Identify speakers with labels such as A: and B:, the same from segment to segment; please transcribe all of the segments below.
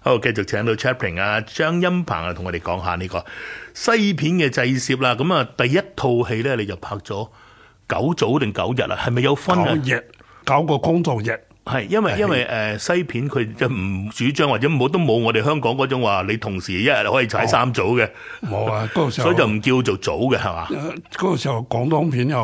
A: 好，繼續請到 Chaplin 啊，張欽鵬啊，同我哋講下呢個西片嘅製攝啦。咁啊，第一套戲咧，你就拍咗九組定九日啊？係咪有分啊？
B: 九日搞個公眾日，
A: 係因為因為誒、呃西片佢就唔主張或者冇都冇我哋香港嗰種話，你同時一日可以踩三組嘅，
B: 冇啊！ 嗰個時候
A: 所以就唔叫做組嘅係嘛？
B: 呃嗰個時候廣東片又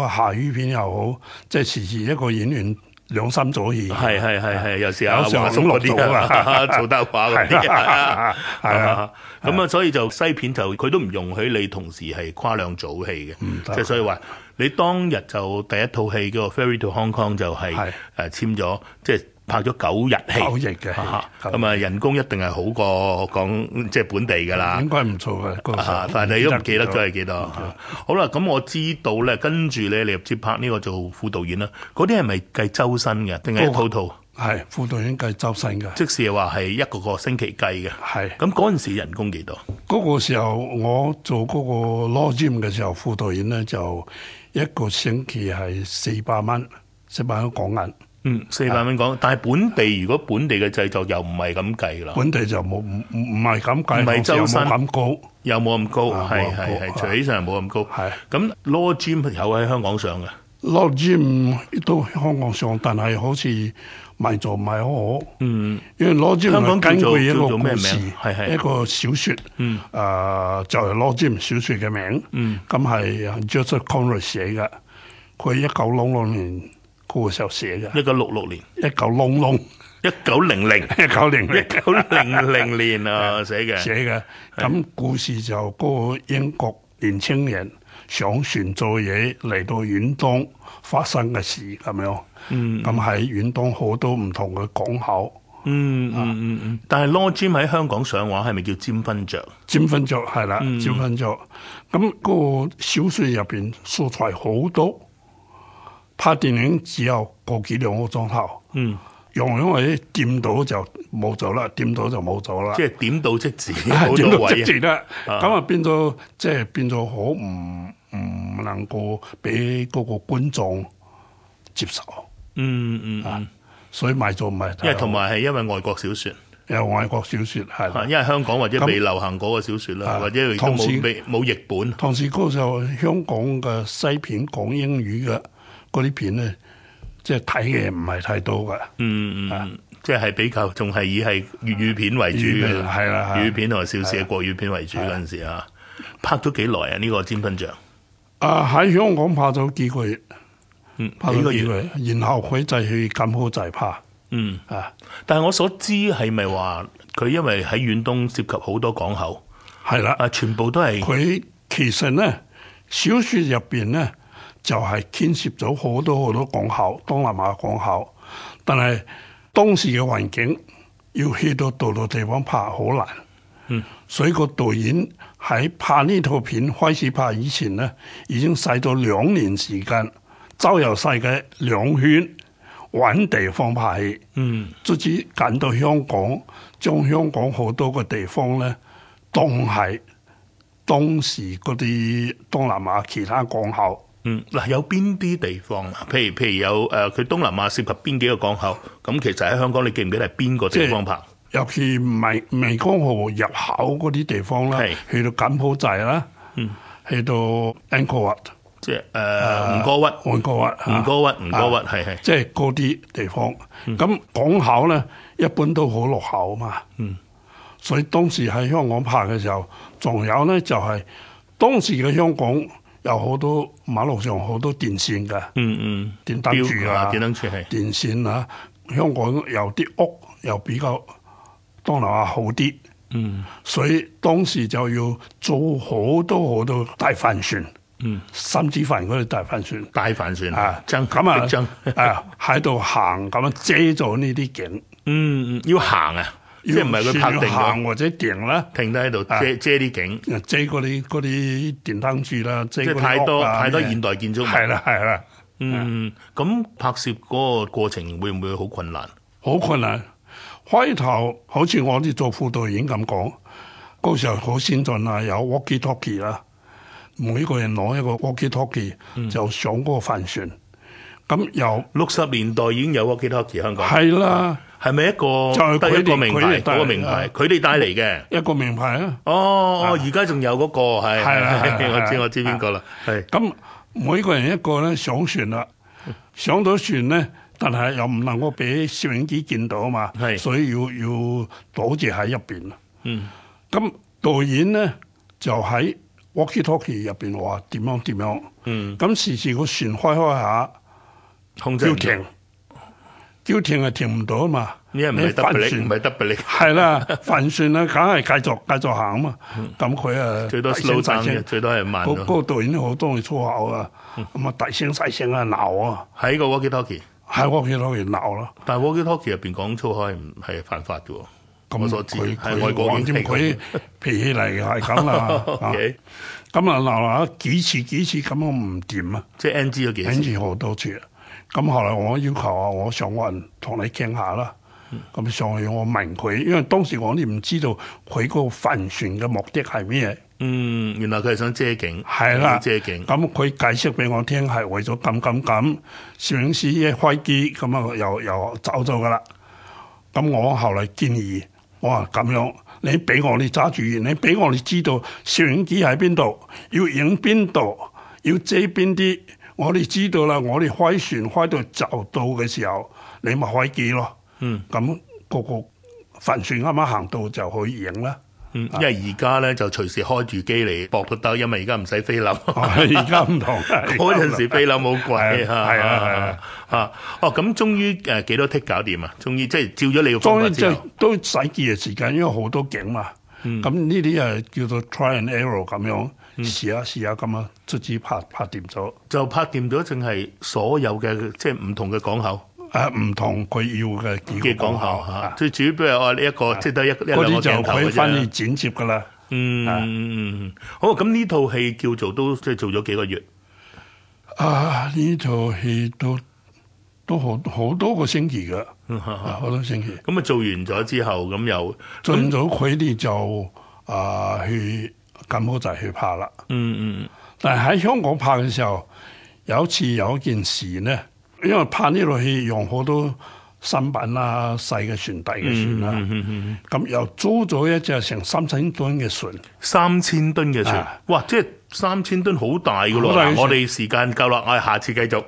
B: 好，夏語片又好，即係時時一個演員兩三組戲。
A: 係係係係，有時阿
B: 有時候
A: 華叔嗰啲啊，
B: 六組啊
A: 曹德華嗰啲啊，
B: 係啊
A: 係啊，咁啊，所以就西片就佢都唔容許你同時係跨兩組戲嘅，
B: 得
A: 即係所以話你當日就第一套戲叫做《Ferry to Hong Kong》就係
B: 係
A: 誒簽咗即係。拍咗九日戲，
B: 九日嘅戲
A: 啊
B: 九日
A: 咁啊人工一定係好過講即係本地㗎啦。
B: 應該唔錯嘅嗰個時候
A: 啊！但係你都唔記得咗係幾多？啊好啦，咁我知道咧，跟住咧，你入接拍呢個做副導演啦。嗰啲係咪計周薪嘅，定係一套套？
B: 係副導演計周薪嘅，
A: 即是話係一個個星期計嘅。
B: 係
A: 咁嗰陣時人工幾多？
B: 嗰個時候我做嗰個 law gym 嘅時候，副導演咧就一個星期係四百蚊，四百蚊港銀，
A: 嗯，四百蚊講。但係本地如果本地嘅製作又唔係咁計啦，
B: 本地就冇唔唔唔係咁計，
A: 唔係周薪
B: 冇咁高，
A: 又冇咁高，
B: 啊
A: 係
B: 冇咁
A: 係
B: 高
A: 係，
B: 啊
A: 除起上嚟冇咁高。
B: 係。
A: 咁 Law Gym 有喺香港上嘅，
B: 落尖都香港上，但係好似賣座唔係好好。
A: 嗯，
B: 因為攞尖
A: 香港
B: 根
A: 叫做
B: 據一個
A: 叫做咩名
B: 故事，
A: 係係
B: 一個小説，
A: 嗯
B: 誒就係攞尖小説嘅名。
A: 嗯，
B: 咁係 Joseph Conrad 寫嘅，佢一九六六年嗰個時候寫嘅，
A: 一九六六年、
B: 一九六六
A: 一九 零零、
B: 一九零零
A: 一九零零年 啊寫嘅。
B: 寫嘅。咁故事就嗰個英國年青人上船做嘢嚟到遠東發生嘅事咁樣。
A: 嗯
B: 咁喺遠東好多唔同嘅港口，
A: 嗯嗯嗯嗯，但係 Law Gym 喺香港上畫係咪叫尖分雀？
B: 尖分雀係啦，尖分雀。咁嗰個小説入邊素材好多，拍電影只有個幾兩個鐘頭，
A: 嗯，
B: 用因為掂到就冇咗啦，掂到就冇咗啦
A: 即。係點到即止，
B: 啊
A: 好
B: 點
A: 到
B: 到
A: 位
B: 即
A: 啊！
B: 時啦，
A: 啊
B: 咁啊變咗即係變咗好唔唔能夠俾嗰個觀眾接受，
A: 嗯嗯嗯，
B: 所以賣咗唔係太好。
A: 因為同埋係因為外國小説，
B: 有外國小説係啦
A: 啊。因為香港或者
B: 咁
A: 未流行嗰個小説啦，
B: 啊
A: 或者亦都
B: 同
A: 冇
B: 時
A: 未冇譯本。
B: 同時嗰個時候，香港嘅西片講英語嘅嗰啲片咧，即係睇嘅唔係太多嘅，
A: 嗯嗯嗯，即係比較仲係以係粵語片為主
B: 粵
A: 嘅
B: 語，係啦係
A: 粵語片同埋少
B: 啊
A: 少嘅國語片為主嗰陣時啊，拍咗幾耐啊？呢個尖分象
B: 啊喺香港拍咗幾個月，
A: 嗯
B: 拍
A: 幾
B: 咗
A: 個
B: 幾
A: 月
B: 個月，然後佢就去柬埔寨拍
A: 嗯，
B: 啊，
A: 但係我所知係咪話佢因為喺遠東涉及好多港口
B: 係啦，
A: 啊，全部都係
B: 佢其實咧小説入邊咧就係、牽涉咗好多好多港口，東南亞港口，但係當時嘅環境要去到度度地方拍好難。
A: 嗯，
B: 所以個導演喺拍呢套片開始拍以前咧，已經使咗兩年時間，周遊世界兩圈揾地方拍戲，
A: 嗯。
B: 卒之揀到香港，將香港好多個地方咧當係當時嗰啲東南亞其他港口，
A: 嗯，嗱，有邊啲地方啊？譬如譬如有誒，佢、東南亞涉及邊幾個港口？咁其實喺香港，你記唔記得係邊個地方拍？
B: 尤其湄湄江河入口嗰啲地方啦
A: 係，
B: 去到柬埔寨啦，
A: 嗯
B: 去到 Angkor
A: 即係誒
B: 啊
A: 吳哥窟、
B: Wat、安啊哥瓦、
A: 吳哥窟、吳哥窟，係係
B: 即係嗰啲地方。咁港口咧，一般都好落後啊嘛。
A: 嗯，
B: 所以當時喺香港拍嘅時候，仲有咧就係、當時嘅香港有好多馬路上好多電線㗎，
A: 嗯嗯，
B: 電燈柱
A: 標
B: 啊
A: 啊，，電燈柱係
B: 電線啊。香港有啲屋又比較當然話好啲，
A: 嗯
B: 所以當時就要做好多好多大帆船，
A: 嗯
B: 甚至帆嗰啲大帆船。
A: 大帆船
B: 啊，
A: 爭
B: 咁啊，
A: 逼爭，
B: 啊喺度行咁樣遮咗呢啲景，
A: 嗯嗯，要行啊，即係唔係佢拍
B: 要
A: 定咗
B: 行或者停啦，
A: 停低喺度
B: 啊
A: 遮遮啲景，
B: 遮嗰啲嗰啲電燈柱啦，遮
A: 即係
B: 嗰啲
A: 太多
B: 屋啊
A: 太多
B: 咩
A: 現代建築
B: 係
A: 物。
B: 啦係啦，
A: 嗯，咁拍攝嗰個過程會唔會好困難？
B: 好困難。開頭好似我哋做副導演咁講，嗰時候好先進啊，有 walkie talkie 啦，每個人攞一個 walkie
A: 嗯
B: talkie 就上嗰個帆船，咁又
A: 六十年代已經有 walkie talkie 香港，
B: 係啦，
A: 係咪一
B: 係
A: 個
B: 佢
A: 得
B: 哋
A: 一個名
B: 佢
A: 牌
B: 哋帶
A: 嗰個名牌，佢哋帶嚟嘅。
B: 一個名牌啊。
A: 哦，哦，而家仲有嗰個係，
B: 係啦
A: 係
B: 係
A: 我
B: 啦係
A: 知
B: 啦
A: 我知邊個啦，係
B: 咁每個人一個咧上船啦，上到船咧，但係又唔能夠俾攝影機見到啊嘛，
A: 係
B: 所以要要躲住喺入邊。
A: 嗯
B: 咁導演咧就喺 walkie talkie 入邊話點樣點樣，
A: 嗯，
B: 咁時時個船開開下
A: 控制
B: 叫
A: 唔到，
B: 停，叫停係停唔到啊嘛，
A: 因為唔係
B: 你帆
A: double 力，
B: 船
A: 唔係 double 力，
B: 係啦，帆船咧梗係繼續繼續行啊嘛，咁佢啊
A: 嗯最多
B: 大聲
A: slow
B: 大
A: down
B: 聲
A: 嘅，最多係慢
B: 嗰
A: 咯。
B: 嗰個導演都好多嘅粗口啊，咁啊大聲細聲啊鬧啊，
A: 喺個 walkie talkie，
B: 喺我屋企攞嚟鬧啦。
A: 但係 walkie talkie 入邊講粗口係唔係犯法嘅喎。我
B: 咁
A: 所知
B: 佢
A: 係
B: 佢
A: 外國
B: 講
A: 影
B: 添
A: 評
B: 佢脾氣嚟嘅係 咁啦。啊
A: OK，
B: 咁啊鬧下幾次幾次咁我唔掂啊，
A: 即係 NG 咗幾次
B: 忍。住好多次啊。咁後來我要求啊，我上岸同你傾下啦。
A: 嗯
B: 咁上去我問佢，因為當時我哋唔知道佢嗰個帆船嘅目的係咩，
A: 嗯，原來佢係想遮景，
B: 係啦
A: 想遮景。
B: 咁佢解釋俾我聽係為咗咁咁咁，攝影師一開機咁啊又又走咗噶啦。咁我後來建議，我話咁樣，你俾我哋揸住，你俾我哋知道攝影機喺邊度，要影邊度，要遮邊啲，我哋知道啦。我哋開船開到就到嘅時候，你咪開機咯。
A: 嗯，
B: 咁、個個帆船啱啱行到就去影啦。
A: 嗯，因為而家咧就隨時開住機嚟搏都得，因為而家唔使菲林。
B: 哦而家唔同，
A: 嗰陣時菲林好貴
B: 係啊係啊係
A: 啊
B: 啊
A: 啊！哦，咁終於誒幾多剔搞掂啊？終於即係照咗你嘅方
B: 當
A: 法
B: 然
A: 之
B: 就
A: 後，
B: 都使幾日時間，因為好多景嘛。
A: 嗯
B: 咁呢啲誒叫做 try and error 咁樣試下試下咁啊，卒之拍拍掂咗。
A: 就拍掂咗，淨係所有嘅即係唔同嘅港口
B: 啊誒唔同佢要嘅幾
A: 嘅
B: 個
A: 港
B: 講
A: 口
B: 口
A: 嚇
B: 嚇。，
A: 最主要都係我呢一個即係得一一
B: 嗰
A: 兩個
B: 啲就
A: 鏡頭嘅
B: 佢翻去
A: 啫。
B: 剪接噶啦。
A: 嗯嗯嗯，嗯好咁呢套戲叫做都即係做咗幾個月，
B: 啊！呢套戲都都好好多個星期噶，
A: 嗯哈哈
B: 啊好多星期。
A: 咁啊做完咗之後咁又
B: 盡早佢哋就啊去柬埔寨去拍啦。
A: 嗯嗯
B: 但係喺香港拍嘅時候，有一次有一件事呢，因為拍呢套戲用好多新品啦、細嘅船、大嘅船啊啦，
A: 嗯嗯嗯。
B: 咁、又租咗一隻成三千噸嘅船，
A: 三千噸嘅船，
B: 啊
A: 哇！即係三千噸好大噶咯。
B: 好大嘅
A: 嗱
B: 船
A: 我哋時間夠啦，我哋下次繼續。